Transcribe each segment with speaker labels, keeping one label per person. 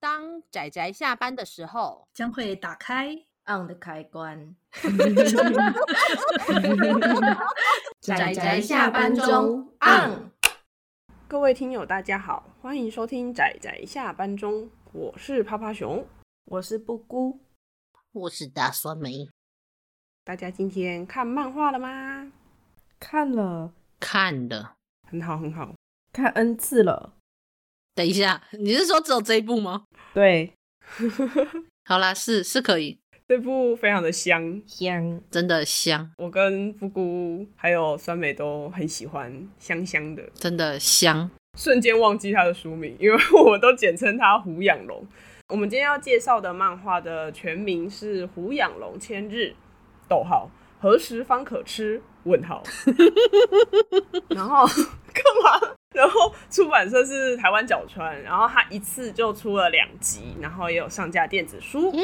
Speaker 1: 当仔仔下班的时候，
Speaker 2: 将会打开
Speaker 3: on 的开 关。
Speaker 1: 宅宅
Speaker 3: 下班中 on。
Speaker 4: 各位听友，大家好，欢迎收听仔仔下班中，我是趴趴熊。
Speaker 3: 我是布姑，
Speaker 1: 我是大酸梅，
Speaker 4: 大家今天看漫画了吗？
Speaker 5: 看了，
Speaker 1: 看的。
Speaker 4: 很好，很好。
Speaker 5: 看 N 次了。
Speaker 1: 等一下，你是说只有这一部吗？
Speaker 5: 对，
Speaker 1: 好啦，是是可以，
Speaker 4: 这部非常的香，
Speaker 5: 香，
Speaker 1: 真的香，
Speaker 4: 我跟布姑还有酸梅都很喜欢，香香的。
Speaker 1: 真的香。
Speaker 4: 瞬间忘记他的书名，因为我们都简称他胡养龙。我们今天要介绍的漫画的全名是《胡养龙千日》，逗号何时方可吃？问号。 然后干嘛？然后出版社是台湾角川，然后他一次就出了两集，然后也有上架电子书。
Speaker 1: 耶，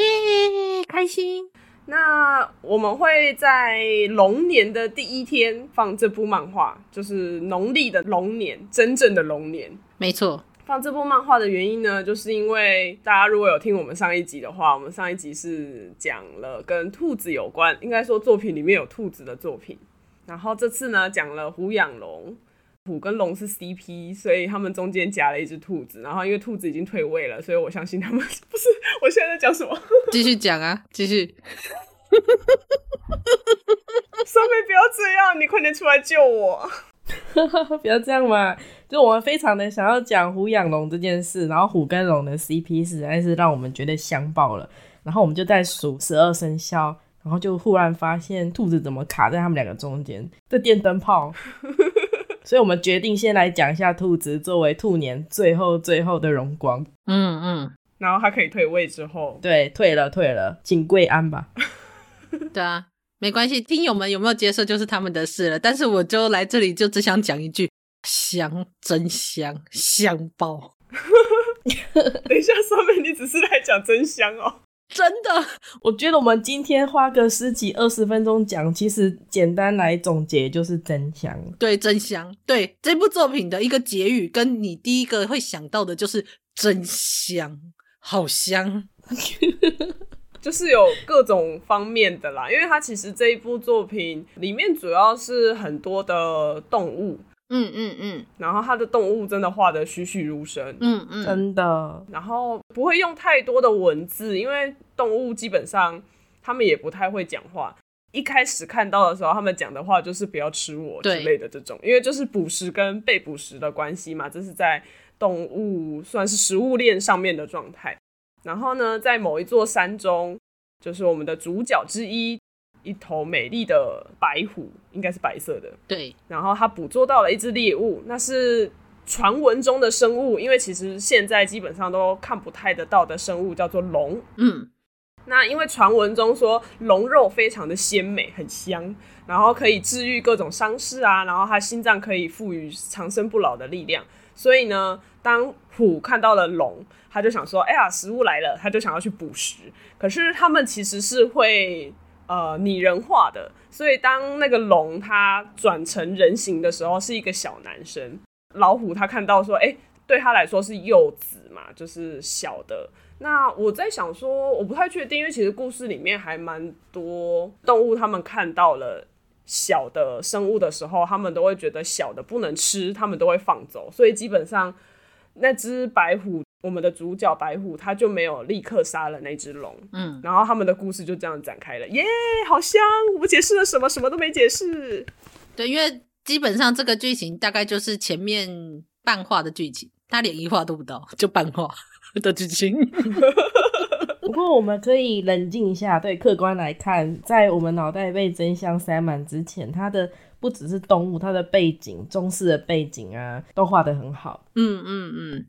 Speaker 1: 开心！
Speaker 4: 那我们会在龙年的第一天放这部漫画，就是农历的龙年，真正的龙年。
Speaker 1: 没错，
Speaker 4: 放这部漫画的原因呢，就是因为大家如果有听我们上一集的话，我们上一集是讲了跟兔子有关，应该说作品里面有兔子的作品。然后这次呢，讲了虎养龙，虎跟龙是 CP，所以他们中间夹了一只兔子。然后因为兔子已经退位了，所以我相信他们 不是我现在在讲什么。
Speaker 1: 继续讲啊，继续。
Speaker 4: 三妹不要这样，你快点出来救我！
Speaker 5: 不要这样嘛。就我们非常的想要讲虎养龙这件事，然后虎跟龙的 CP 实在是让我们觉得香爆了。然后我们就在数十二生肖，然后就忽然发现兔子怎么卡在他们两个中间，这电灯泡。所以我们决定先来讲一下兔子作为兔年最后最后的荣光。
Speaker 1: 嗯嗯，
Speaker 4: 然后他可以退位之后，
Speaker 5: 对，退了退了，请跪安吧。
Speaker 1: 对啊，没关系，听友们有没有接受就是他们的事了。但是我就来这里就只想讲一句：香，真香，香爆！
Speaker 4: 等一下三妹，你只是来讲真香哦。
Speaker 1: 真的，
Speaker 5: 我觉得我们今天花个十几二十分钟讲，其实简单来总结就是真香。
Speaker 1: 对，真香。对这部作品的一个结语，跟你第一个会想到的就是真香，好香。
Speaker 4: 就是有各种方面的啦，因为它其实这一部作品里面主要是很多的动物，
Speaker 1: 嗯嗯嗯
Speaker 4: 然后它的动物真的画的栩栩如生，
Speaker 1: 嗯嗯，
Speaker 5: 真的，
Speaker 4: 然后不会用太多的文字，因为动物基本上他们也不太会讲话。一开始看到的时候，他们讲的话就是“不要吃我”之
Speaker 1: 对
Speaker 4: 类的这种，因为就是捕食跟被捕食的关系嘛，这是在动物算是食物链上面的状态。然后呢，在某一座山中，就是我们的主角之一，一头美丽的白虎，应该是白色的，
Speaker 1: 对，
Speaker 4: 然后他捕捉到了一只猎物，那是传闻中的生物，因为其实现在基本上都看不太得到的生物叫做龙。
Speaker 1: 嗯
Speaker 4: 那因为传闻中说龙肉非常的鲜美，很香，然后可以治愈各种伤势啊，然后它心脏可以赋予长生不老的力量。所以呢，当虎看到了龙，他就想说：“哎呀，食物来了！”他就想要去捕食。可是他们其实是会呃拟人化的，所以当那个龙它转成人形的时候，是一个小男生。老虎它看到说：“哎、对他来说是幼子嘛，就是小的。”那我在想说，我不太确定，因为其实故事里面还蛮多动物，他们看到了小的生物的时候，他们都会觉得小的不能吃，他们都会放走。所以基本上那只白虎，我们的主角白虎，他就没有立刻杀了那只龙。
Speaker 1: 嗯，
Speaker 4: 然后他们的故事就这样展开了，耶、好香！我们解释了什么？什么都没解释。
Speaker 1: 对，因为基本上这个剧情大概就是前面半话的剧情，他连一话都不到，就半话的剧情。
Speaker 5: 不过我们可以冷静一下，对，客观来看，在我们脑袋被真相塞满之前，它的不只是动物，它的背景，中式的背景啊，都画得很好。
Speaker 1: 嗯嗯嗯，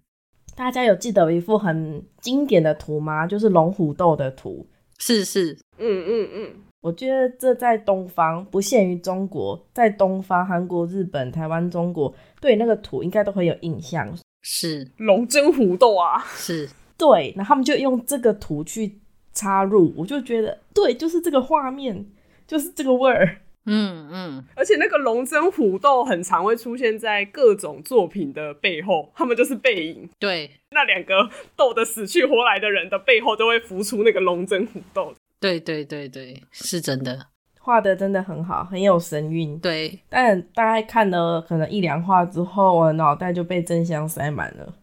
Speaker 5: 大家有记得有一幅很经典的图吗？就是龙虎斗的图。
Speaker 1: 是是，
Speaker 4: 嗯嗯嗯，
Speaker 5: 我觉得这在东方不限于中国，在东方、韩国、日本、台湾、中国，对那个图应该都很有印象。
Speaker 1: 是
Speaker 4: 龙争虎斗啊！
Speaker 1: 是，
Speaker 5: 对，然后他们就用这个图去插入，我就觉得对，就是这个画面，就是这个味儿。
Speaker 1: 嗯嗯，
Speaker 4: 而且那个龙争虎斗很常会出现在各种作品的背后，他们就是背影。
Speaker 1: 对
Speaker 4: 那两个斗得死去活来的人的背后，都会浮出那个龙争虎斗。
Speaker 1: 对对对对，是真的。
Speaker 5: 画的真的很好，很有神韵。
Speaker 1: 对，
Speaker 5: 但大概看了可能一两话之后，我的脑袋就被真香塞满了。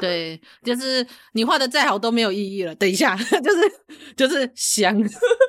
Speaker 1: 对， 就是你画的再好都没有意义了。等一下， 就是就是香，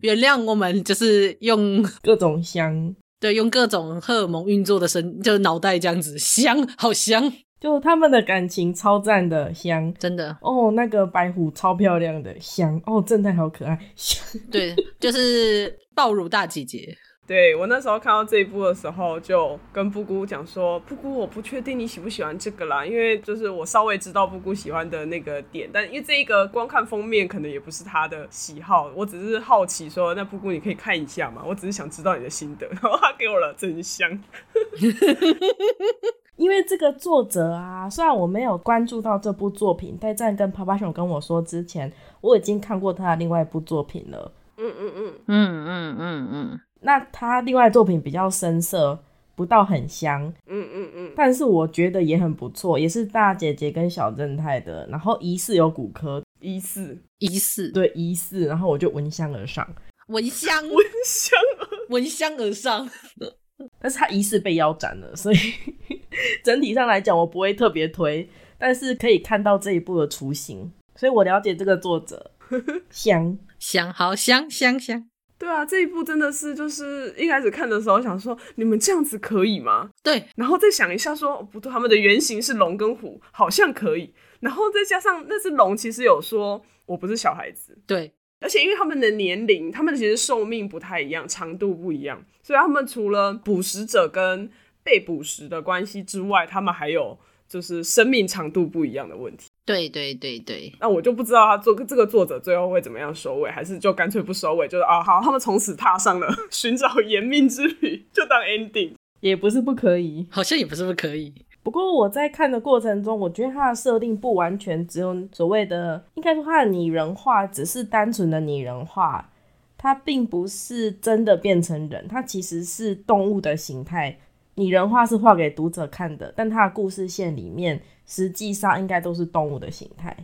Speaker 1: 原谅我们，就是用
Speaker 5: 各种香，
Speaker 1: 对用各种荷尔蒙运作的身，就是脑袋这样子香，好香，
Speaker 5: 就他们的感情超赞的香
Speaker 1: 真的。
Speaker 5: 哦，那个白虎超漂亮的香哦，正太好可爱 香，
Speaker 1: 对，就是爆乳大姐姐。
Speaker 4: 对我那时候看到这一部的时候，就跟布姑讲说：“布姑，我不确定你喜不喜欢这个啦，因为就是我稍微知道布姑喜欢的那个点，但因为这一个光看封面可能也不是她的喜好，我只是好奇说，那布姑你可以看一下嘛？我只是想知道你的心得。”然后她给我了真香，
Speaker 5: 因为这个作者啊，虽然我没有关注到这部作品，但在跟啪啪熊跟我说之前，我已经看过他的另外一部作品了。
Speaker 4: 嗯嗯嗯，
Speaker 1: 嗯嗯嗯嗯，
Speaker 5: 那他另外作品比较深色，不到很香，
Speaker 4: 嗯嗯嗯，
Speaker 5: 但是我觉得也很不错，也是大姐姐跟小正太的。然后疑似有骨科，
Speaker 4: 疑似
Speaker 1: 疑似
Speaker 5: 对疑似，然后我就闻香而上。
Speaker 1: 闻香
Speaker 4: 闻香啊
Speaker 1: 闻香而上。
Speaker 5: 但是他疑似被腰斩了，所以 整体上来讲我不会特别推，但是可以看到这一部的雏形，所以我了解这个作者 香。
Speaker 1: 香，好香香香。
Speaker 4: 对啊，这一部真的是就是一开始看的时候想说，你们这样子可以吗？
Speaker 1: 对
Speaker 4: 然后再想一下说，哦不对，他们的原型是龙跟虎，好像可以。然后再加上那只龙，其实有说我不是小孩子，
Speaker 1: 对，
Speaker 4: 而且因为他们的年龄，他们其实寿命不太一样，长度不一样，所以他们除了捕食者跟被捕食的关系之外，他们还有就是生命长度不一样的问题。
Speaker 1: 对对对对，
Speaker 4: 那我就不知道他作这个作者最后会怎么样收尾，还是就干脆不收尾，就是啊好，他们从此踏上了 寻找延命之旅，就当 ending。
Speaker 5: 也不是不可以，
Speaker 1: 好像也不是不可以。
Speaker 5: 不过我在看的过程中，我觉得它的设定不完全只有所谓的，应该说它的拟人化只是单纯的拟人化，它并不是真的变成人，它其实是动物的形态。拟人化是画给读者看的，但它的故事线里面实际上应该都是动物的形态，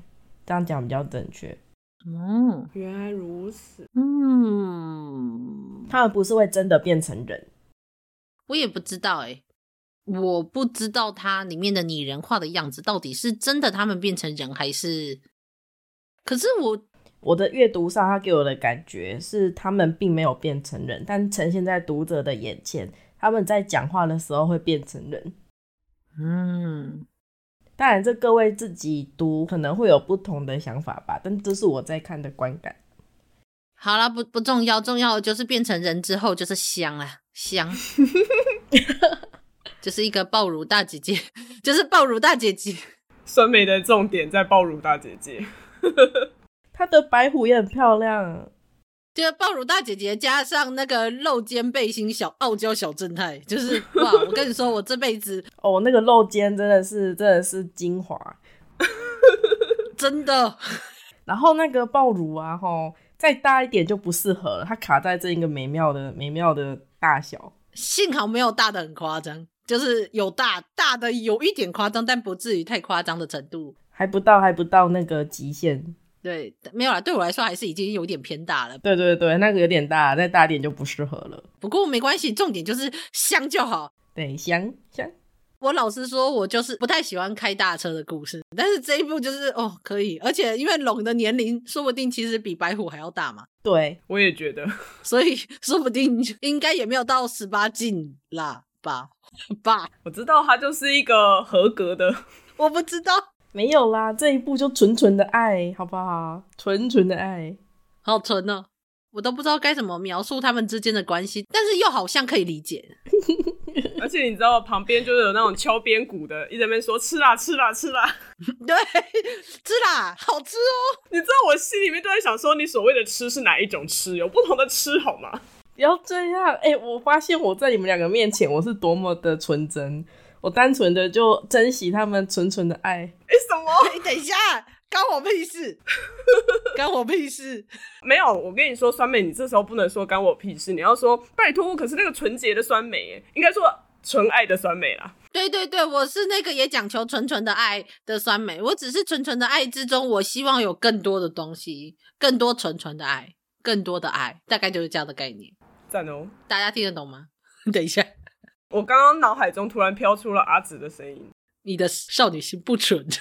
Speaker 5: 这样讲比较正确。
Speaker 1: 哦，
Speaker 4: 原来如此，
Speaker 1: 嗯，
Speaker 5: 他们不是会真的变成人，
Speaker 1: 我也不知道哎、我不知道它里面的拟人化的样子到底是真的他们变成人还是……可是我
Speaker 5: 我的阅读上，他给我的感觉是他们并没有变成人，但呈现在读者的眼前。他们在讲话的时候会变成人。
Speaker 1: 嗯，
Speaker 5: 当然，这各位自己读可能会有不同的想法吧，但这是我在看的观感。
Speaker 1: 好啦，不不重要，重要的就是变成人之后就是香啦，香，就是一个爆乳大姐姐，就是爆乳大姐姐。
Speaker 4: 酸梅的重点在暴乳大姐姐。
Speaker 5: 他的白虎也很漂亮，
Speaker 1: 就是爆乳大姐姐加上那个露肩背心小傲娇小正太，就是哇！我跟你说，我这辈子
Speaker 5: 哦，那个露肩真的是真的是精华。
Speaker 1: 真的
Speaker 5: 然后那个爆乳啊，吼，再大一点就不适合了，它卡在这一个美妙的美妙的大小。
Speaker 1: 幸好没有大的很夸张，就是有大大的有一点夸张，但不至于太夸张的程度。
Speaker 5: 还不到，还不到那个极限。
Speaker 1: 对，没有啦，对我来说还是已经有点偏大了。
Speaker 5: 对对对，那个有点大，再大一点就不适合了。
Speaker 1: 不过没关系，重点就是香就好。
Speaker 5: 对，香香，
Speaker 1: 我老实说，我就是不太喜欢开大车的故事，但是这一部就是哦可以，而且因为龙的年龄说不定其实比白虎还要大嘛。
Speaker 5: 对，
Speaker 4: 我也觉得，
Speaker 1: 所以说不定应该也没有到十八禁啦吧吧，
Speaker 4: 我知道他就是一个合格的
Speaker 1: 我不知道，
Speaker 5: 没有啦，这一部就纯纯的爱，好不好？纯纯的爱，
Speaker 1: 好纯哦，我都不知道该怎么描述他们之间的关系，但是又好像可以理解。
Speaker 4: 而且你知道，旁边就是有那种敲边鼓的，一直在那边说吃啦吃啦吃啦。
Speaker 1: 对，吃啦，好吃哦，
Speaker 4: 你知道我心里面都在想说，你所谓的吃是哪一种吃？有不同的吃好吗？
Speaker 5: 不要这样。哎、我发现我在你们两个面前，我是多么的纯真，我单纯的就珍惜他们纯纯的爱。
Speaker 4: 哎、什么？
Speaker 1: 哎，等一下，关我屁事。 干我屁事！
Speaker 4: 没有，我跟你说，酸梅，你这时候不能说干我屁事，你要说拜托，我可是那个纯洁的酸梅耶，应该说纯爱的酸梅啦。
Speaker 1: 对对对，我是那个也讲求纯纯的爱的酸梅，我只是纯纯的爱之中，我希望有更多的东西，更多纯纯的爱，更多的爱，大概就是这样的概念。
Speaker 4: 赞哦！
Speaker 1: 大家听得懂吗？ 等一下，
Speaker 4: 我刚刚脑海中突然飘出了阿紫的声音，
Speaker 1: 你的少女心不纯。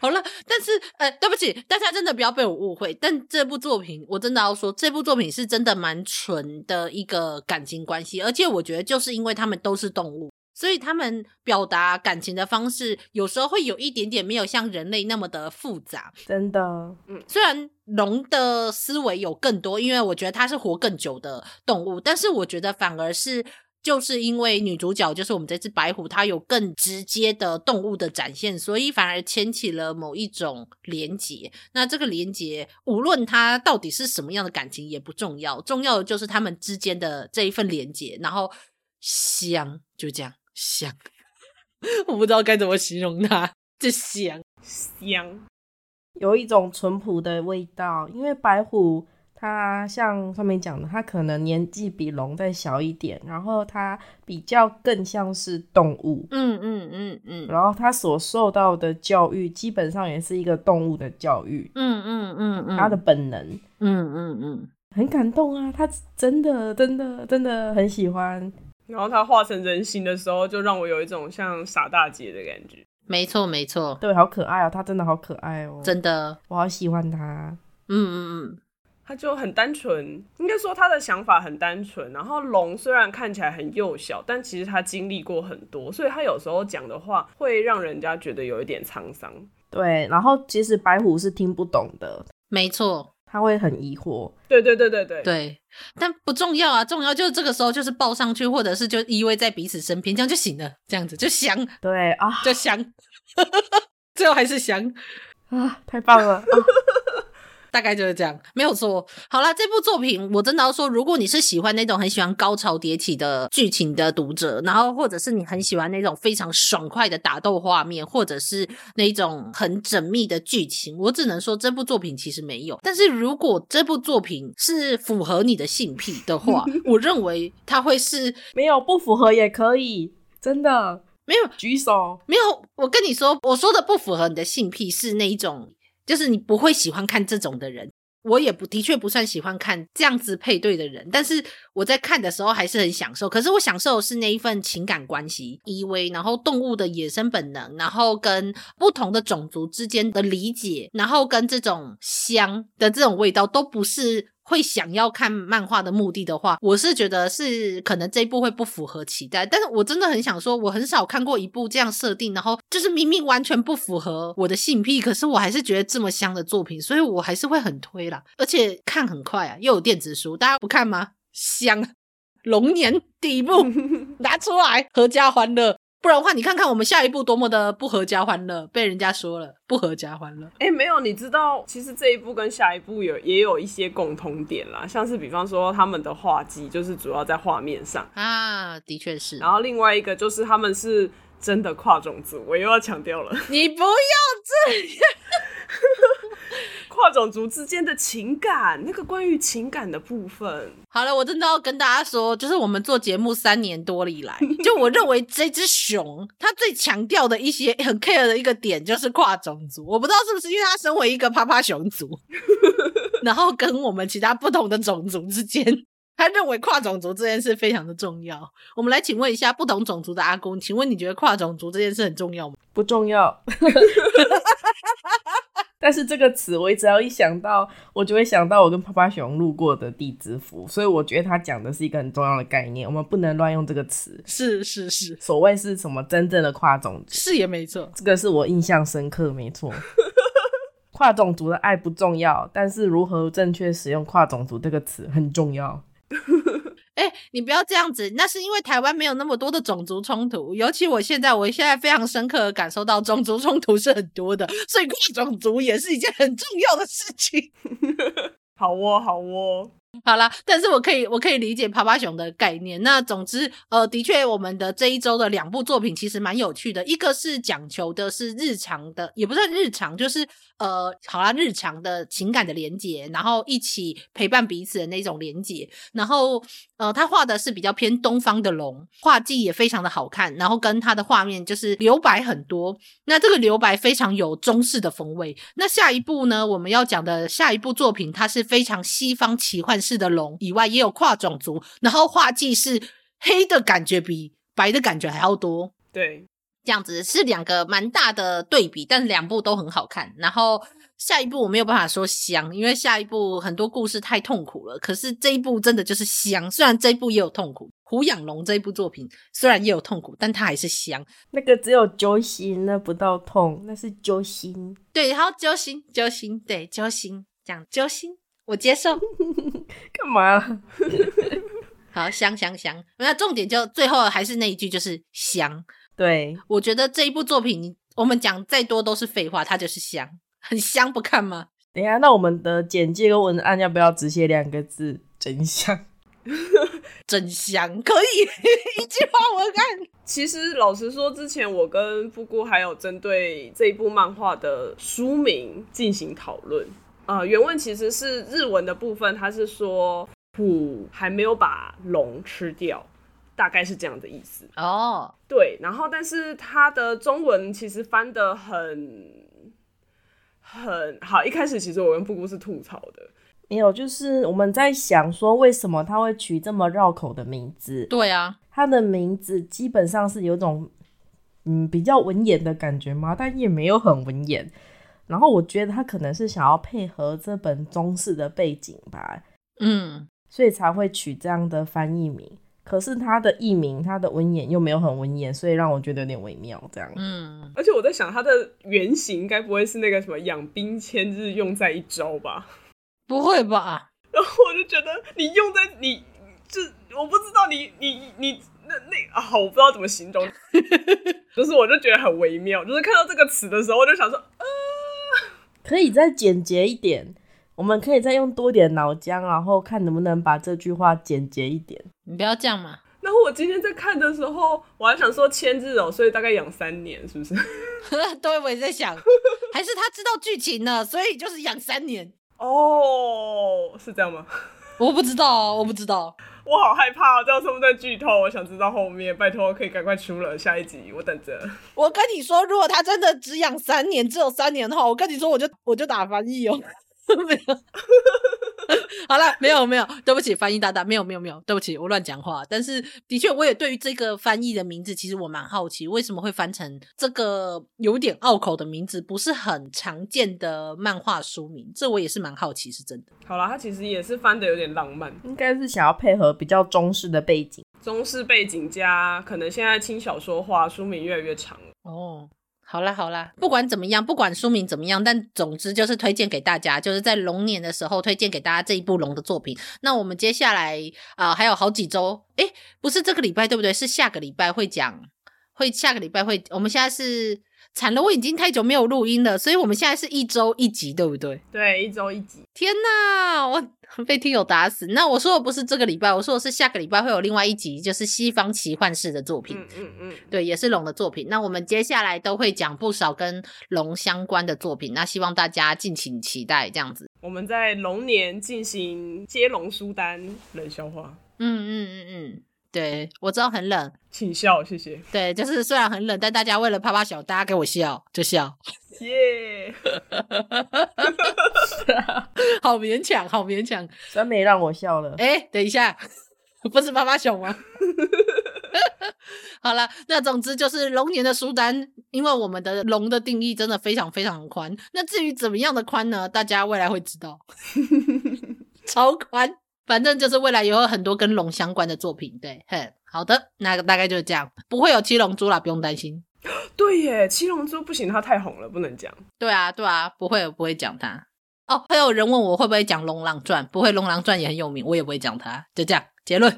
Speaker 1: 好了，但是呃，对不起，大家真的不要被我误会。但这部作品，我真的要说，这部作品是真的蛮纯的一个感情关系，而且我觉得就是因为他们都是动物，所以他们表达感情的方式有时候会有一点点没有像人类那么的复杂。
Speaker 5: 真的，
Speaker 1: 虽然龙的思维有更多，因为我觉得它是活更久的动物，但是我觉得反而是就是因为女主角就是我们这只白虎，它有更直接的动物的展现，所以反而牵起了某一种连结。那这个连结，无论它到底是什么样的感情也不重要，重要的就是他们之间的这一份连结，然后香就这样香， 我不知道该怎么形容它，这香。
Speaker 4: 香。
Speaker 5: 有一种淳朴的味道，因为白虎它像上面讲的，它可能年纪比龙再小一点，然后它比较更像是动物，
Speaker 1: 嗯嗯嗯嗯
Speaker 5: 然后它所受到的教育基本上也是一个动物的教育，
Speaker 1: 嗯嗯嗯嗯，
Speaker 5: 它的本能
Speaker 1: 嗯嗯嗯，
Speaker 5: 很感动啊，它真的真的真的很喜欢，
Speaker 4: 然后她化成人形的时候，就让我有一种像傻大姐的感觉。
Speaker 1: 没错没错，
Speaker 5: 对，好可爱啊，它真的好可爱哦，
Speaker 1: 真的，
Speaker 5: 我好喜欢它，
Speaker 1: 嗯嗯
Speaker 4: 她就很单纯，应该说她的想法很单纯。然后龙虽然看起来很幼小，但其实她经历过很多，所以她有时候讲的话会让人家觉得有一点沧桑。
Speaker 5: 对，然后其实白虎是听不懂的，
Speaker 1: 嗯，没错，
Speaker 5: 它会很疑惑，
Speaker 4: 对对对对对，
Speaker 1: 对，但不重要啊，重要就是这个时候就是抱上去，或者是就依偎在彼此身边，这样就行了，这样子就香
Speaker 5: 对啊
Speaker 1: 就香， 最后还是香，
Speaker 5: 啊，太棒了，啊
Speaker 1: 大概就是这样，没有错。好啦，这部作品我真的要说，如果你是喜欢那种很喜欢高潮迭起的剧情的读者，然后或者是你很喜欢那种非常爽快的打斗画面，或者是那种很缜密的剧情，我只能说这部作品其实没有。但是如果这部作品是符合你的性癖的话，我认为它会是
Speaker 5: 没有不符合也可以，真的
Speaker 1: 没有
Speaker 5: 举手。
Speaker 1: 没有，我跟你说，我说的不符合你的性癖是那一种，就是你不会喜欢看这种的人。我也不的确不算喜欢看这样子配对的人，但是我在看的时候还是很享受。可是我享受的是那一份情感关系依偎，然后动物的野生本能，然后跟不同的种族之间的理解，然后跟这种香的这种味道，都不是会想要看漫画的目的的话，我是觉得是可能这一部会不符合期待。但是我真的很想说，我很少看过一部这样设定，然后就是明明完全不符合我的性癖，可是我还是觉得这么香的作品，所以我还是会很推啦。而且看很快啊，又有电子书，大家不看吗？香，龙年第一部拿出来，合家欢乐。不然的话，你看看我们下一步多么的不合家欢乐，被人家说了不合家欢乐。
Speaker 4: 哎、没有，你知道，其实这一部跟下一部有也有一些共通点啦，像是比方说他们的画技就是主要在画面上，
Speaker 1: 啊，的确是。
Speaker 4: 然后另外一个就是他们是真的跨种族，我又要强调了，
Speaker 1: 你不要这样，
Speaker 4: 跨种族之间的情感，那个关于情感的部分，
Speaker 1: 好了，我真的要跟大家说，就是我们做节目三年多了以来，就我认为这只熊它最强调的一些很 care 的一个点就是跨种族。我不知道是不是因为它身为一个趴趴熊 族，然后跟我们其他不同的种族之间，他认为跨种族这件事非常的重要。我们来请问一下不同种族的阿公，请问你觉得跨种族这件事很重要吗？
Speaker 5: 不重要。 但是这个词，我只要一想到，我就会想到我跟趴趴熊路过的地之服，所以我觉得他讲的是一个很重要的概念，我们不能乱用这个词。
Speaker 1: 是是是，
Speaker 5: 所谓是什么真正的跨种族，
Speaker 1: 是也没错。
Speaker 5: 这个是我印象深刻，没 错。跨种族的爱不重要，但是如何正确使用“跨种族”这个词很重要。
Speaker 1: 哎、你不要这样子，那是因为台湾没有那么多的种族冲突。尤其我现在，我现在非常深刻的感受到种族冲突是很多的，所以跨种族也是一件很重要的事情。
Speaker 4: 好哦，好哦，
Speaker 1: 好啦，但是我可以我可以理解趴趴熊的概念。那总之，呃，的确，我们的这一周的两部作品其实蛮有趣的，一个是讲求的是日常的，也不算日常，就是呃，好啦，日常的情感的连接，然后一起陪伴彼此的那种连接。然后，呃，他画的是比较偏东方的龙，画技也非常的好看，然后跟他的画面就是留白很多。那这个留白非常有中式的风味。那下一部呢，我们要讲的下一部作品，它是非常西方奇幻式的龙，以外也有跨种族，然后画技是黑的感觉比白的感觉还要多。
Speaker 4: 对，
Speaker 1: 这样子是两个蛮大的对比，但两部都很好看。然后下一部我没有办法说香，因为下一部很多故事太痛苦了。可是这一部真的就是香，虽然这一部也有痛苦。胡养龙这一部作品虽然也有痛苦，但它还是香。
Speaker 5: 那个只有揪心，那不到痛，那是揪心。
Speaker 1: 对，然后揪心揪心，对揪心这样揪心，我接受。
Speaker 5: 干嘛？
Speaker 1: 好香香香，那重点就最后还是那一句，就是香。
Speaker 5: 对，
Speaker 1: 我觉得这一部作品，我们讲再多都是废话，它就是香，很香，不看吗？
Speaker 5: 等一下，那我们的简介跟文案要不要只写两个字“真相
Speaker 1: 真香，可以一句话我看。
Speaker 4: 其实老实说，之前我跟布姑还有针对这一部漫画的书名进行讨论。呃，原文其实是日文的部分，它是说虎还没有把龙吃掉，大概是这样的意思。
Speaker 1: 哦，
Speaker 4: 对，然后但是它的中文其实翻的很很好。一开始其实我跟布姑是吐槽的，”？
Speaker 5: 没有，就是我们在想说，为什么他会取这么绕口的名字？
Speaker 1: 对啊，
Speaker 5: 他的名字基本上是有种嗯比较文言的感觉嘛，但也没有很文言。然后我觉得他可能是想要配合这本中式的背景吧，
Speaker 1: 嗯，
Speaker 5: 所以才会取这样的翻译名。可是他的译名，他的文言又没有很文言，所以让我觉得有点微妙。这样，
Speaker 1: 嗯，
Speaker 4: 而且我在想它的原型该不会是那个什么“养兵千日，用在一朝”吧？
Speaker 1: 不会吧？
Speaker 4: 然后我就觉得你用在你这，我不知道你你你那那啊，我不知道怎么形容，就是我就觉得很微妙，就是看到这个词的时候，我就想说，呃，
Speaker 5: 可以再简洁一点，我们可以再用多一点脑浆，然后看能不能把这句话简洁一点。
Speaker 1: 你不要这样嘛。
Speaker 4: 然后我今天在看的时候，我还想说千日哦，所以大概养三年，是不 是？
Speaker 1: 对，我也在想， 还是他知道剧情了，所以就是养三年。
Speaker 4: 哦，是这样吗？
Speaker 1: 我不知道哦，我不知道。
Speaker 4: 我好害怕、哦，这样算不算剧透？我想知道后面，拜托可以赶快出了下一集，我等着。
Speaker 1: 我跟你说，如果他真的只养三年，只有三年的话，我跟你说，我就我就打翻译哦。 没有， 好了，没有没有，对不起，翻译大大，没有没有没有，对不起，我乱讲话。但是的确，我也对于这个翻译的名字，其实我蛮好奇，为什么会翻成这个有点拗口的名字，不是很常见的漫画书名，这我也是蛮好奇，是真的。
Speaker 4: 好啦，它其实也是翻的有点浪漫，
Speaker 5: 应该是想要配合比较中式的背景。
Speaker 4: 中式背景加可能现在轻小说化，书名越来越长了。
Speaker 1: 哦，好啦好啦，不管怎么样，不管书名怎么样，但总之就是推荐给大家，就是在龙年的时候推荐给大家这一部龙的作品。那我们接下来啊、呃还有好几周，诶，不是这个礼拜对不对？是下个礼拜会讲，会下个礼拜会，我们现在是惨了，我已经太久没有录音了，所以我们现在是一周一集，对不对？
Speaker 4: 对，一周一集。
Speaker 1: 天呐，我被听友打死。那我说的不是这个礼拜，我说的是下个礼拜会有另外一集，就是西方奇幻式的作品。
Speaker 4: 嗯嗯嗯，
Speaker 1: 对，也是龙的作品。那我们接下来都会讲不少跟龙相关的作品，那希望大家敬请期待这样子。
Speaker 4: 我们在龙年进行接龙书单冷笑话，
Speaker 1: 嗯嗯嗯嗯，对我知道很冷，
Speaker 4: 请笑，谢谢。
Speaker 1: 对，就是虽然很冷，但大家为了啪啪小，大家给我笑就笑，
Speaker 4: 耶、
Speaker 1: 好勉强，好勉强。
Speaker 5: 酸梅让我笑了。
Speaker 1: 哎、等一下， 不是妈妈熊吗？ 好了，那总之就是龙年的书单，因为我们的龙的定义真的非常非常宽。那至于怎么样的宽呢？大家未来会知 道，超宽。反正就是未来也有很多跟龙相关的作品。对，嘿，好的，那大概就是这样，不会有七龙珠啦，不用担心。
Speaker 4: 对耶，七龙珠不行，它太红了，不能讲。
Speaker 1: 对啊，对啊，不会，我不会讲它。哦，还有人问我会不会讲《龙狼传》，不会，《龙狼传》也很有名，我也不会讲它。就这样，结论。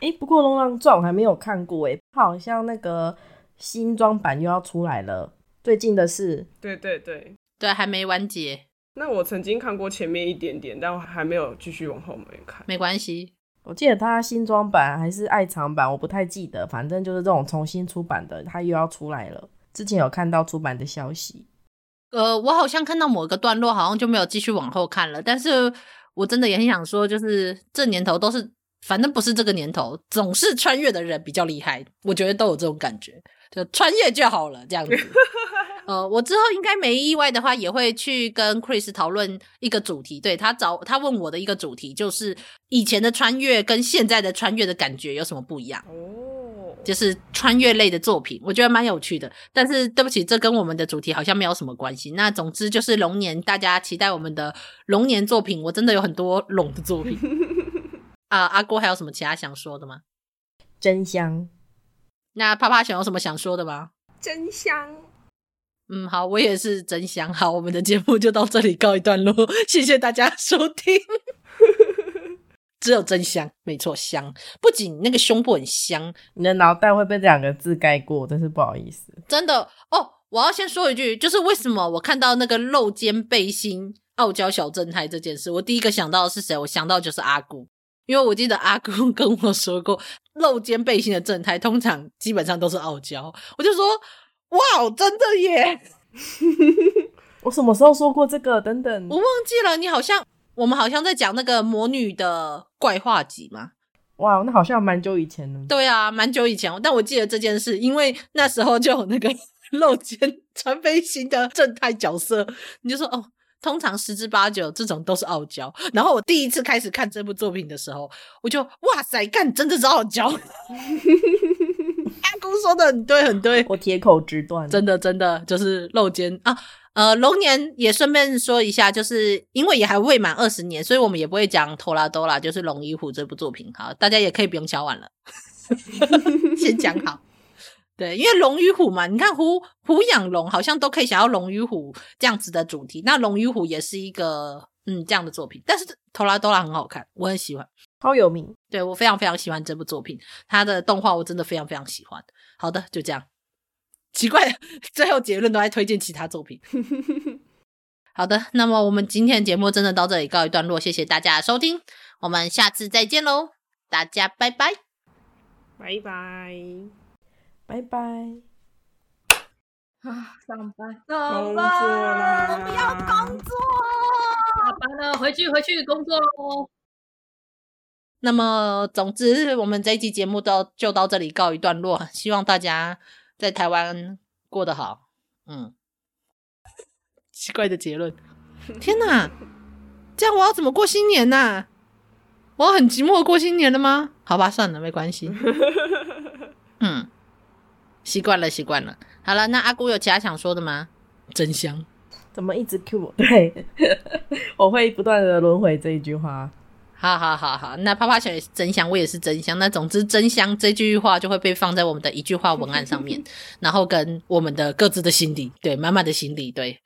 Speaker 5: 哎、不过《龙狼传》我还没有看过哎、它好像那个新装版又要出来了，最近的是
Speaker 4: 对对对，
Speaker 1: 对，还没完结。
Speaker 4: 那我曾经看过前面一点点，但我还没有继续往后面看。
Speaker 1: 没关系，
Speaker 5: 我记得它新装版还是爱藏版，我不太记得，反正就是这种重新出版的，它又要出来了。之前有看到出版的消息，
Speaker 1: 呃，我好像看到某个段落，好像就没有继续往后看了。但是我真的也很想说，就是这年头都是，反正不是这个年头，总是穿越的人比较厉害，我觉得都有这种感觉，就穿越就好了这样子。呃，我之后应该没意外的话，也会去跟 Chris 讨论一个主题。对他找他问我的一个主题，就是以前的穿越跟现在的穿越的感觉有什么不一样。
Speaker 4: 哦，
Speaker 1: 就是穿越类的作品，我觉得蛮有趣的。但是对不起，这跟我们的主题好像没有什么关系。那总之就是龙年，大家期待我们的龙年作品。我真的有很多龙的作品啊。阿郭还有什么其他想说的吗？
Speaker 5: 真香。
Speaker 1: 那啪啪熊有什么想说的吗？
Speaker 4: 真香！
Speaker 1: 嗯，好，我也是真香。好，我们的节目就到这里告一段落， 谢谢大家收听。只有真香，没错，香。不仅那个胸部很香，
Speaker 5: 你的脑袋会被这两个字盖过，真是不好意思。
Speaker 1: 真的哦，我要先说一句，就是为什么我看到那个露肩背心傲娇小正太这件事，我第一个想到的是谁？我想到就是阿姑，因为我记得阿姑 跟我说过，露肩背心的正太通常基本上都是傲娇，我就说哇，哦真的耶，
Speaker 5: 我什么时候说过这个？等等
Speaker 1: 我，忘记了，你好像我们好像在讲那个魔女的怪话集嘛，
Speaker 5: 哇，那好像蛮久以前了。
Speaker 1: 对啊，蛮久以前，但我记得这件事，因为那时候就有那个 露肩穿背心的正太角色，你就说哦，通常十之八九这种都是傲娇。然后我第一次开始看这部作品的时候，我就哇塞，干真的是傲娇。 阿姑说的很对，很对，
Speaker 5: 我铁口直断，
Speaker 1: 真的真的就是露肩啊。呃，龙年也顺便说一下，就是因为也还未满二十年，所以我们也不会讲《托拉多拉》，就是《龙与虎》这部作品。好，大家也可以不用敲碗了，先讲好。对，因为龙与虎嘛，你看虎虎养龙好像都可以想要龙与虎这样子的主题，那龙与虎也是一个嗯这样的作品，但是《托拉多拉》很好看，我很喜欢。
Speaker 5: 超有名。
Speaker 1: 对我非常非常喜欢这部作品，它的动画我真的非常非常喜欢。好的，就这样。奇怪， 最后结论都在推荐其他作品。好的，那么我们今天的节目真的到这里告一段落，谢谢大家的收听，我们下次再见喽，大家拜拜。
Speaker 4: 拜拜。
Speaker 5: 拜拜。
Speaker 3: 啊，上班，
Speaker 4: 工
Speaker 3: 上
Speaker 4: 作啦！
Speaker 3: 班，
Speaker 4: 不要工作。
Speaker 2: 下班了，回去回去工作喽。
Speaker 1: 那么，总之，我们这一期节目到就到这里告一段落，希望大家在台湾过得好。嗯，奇怪的结 论。天哪，这样我要怎么过新年呐、我要很寂寞地过新年了吗？好吧，算了，没关 系。嗯，习惯了，习惯了。好了，那阿姑有其他想说的吗？真香。
Speaker 5: 怎么一直 Q 我？对， 我会不断的轮回这一句话。
Speaker 1: 好好好好，那啪啪小也是真香，我也是真香。那总之，真香这句话就会被放在我们 的一句话文案上面，然后跟我们的各自的心里，对，满满的心里，对。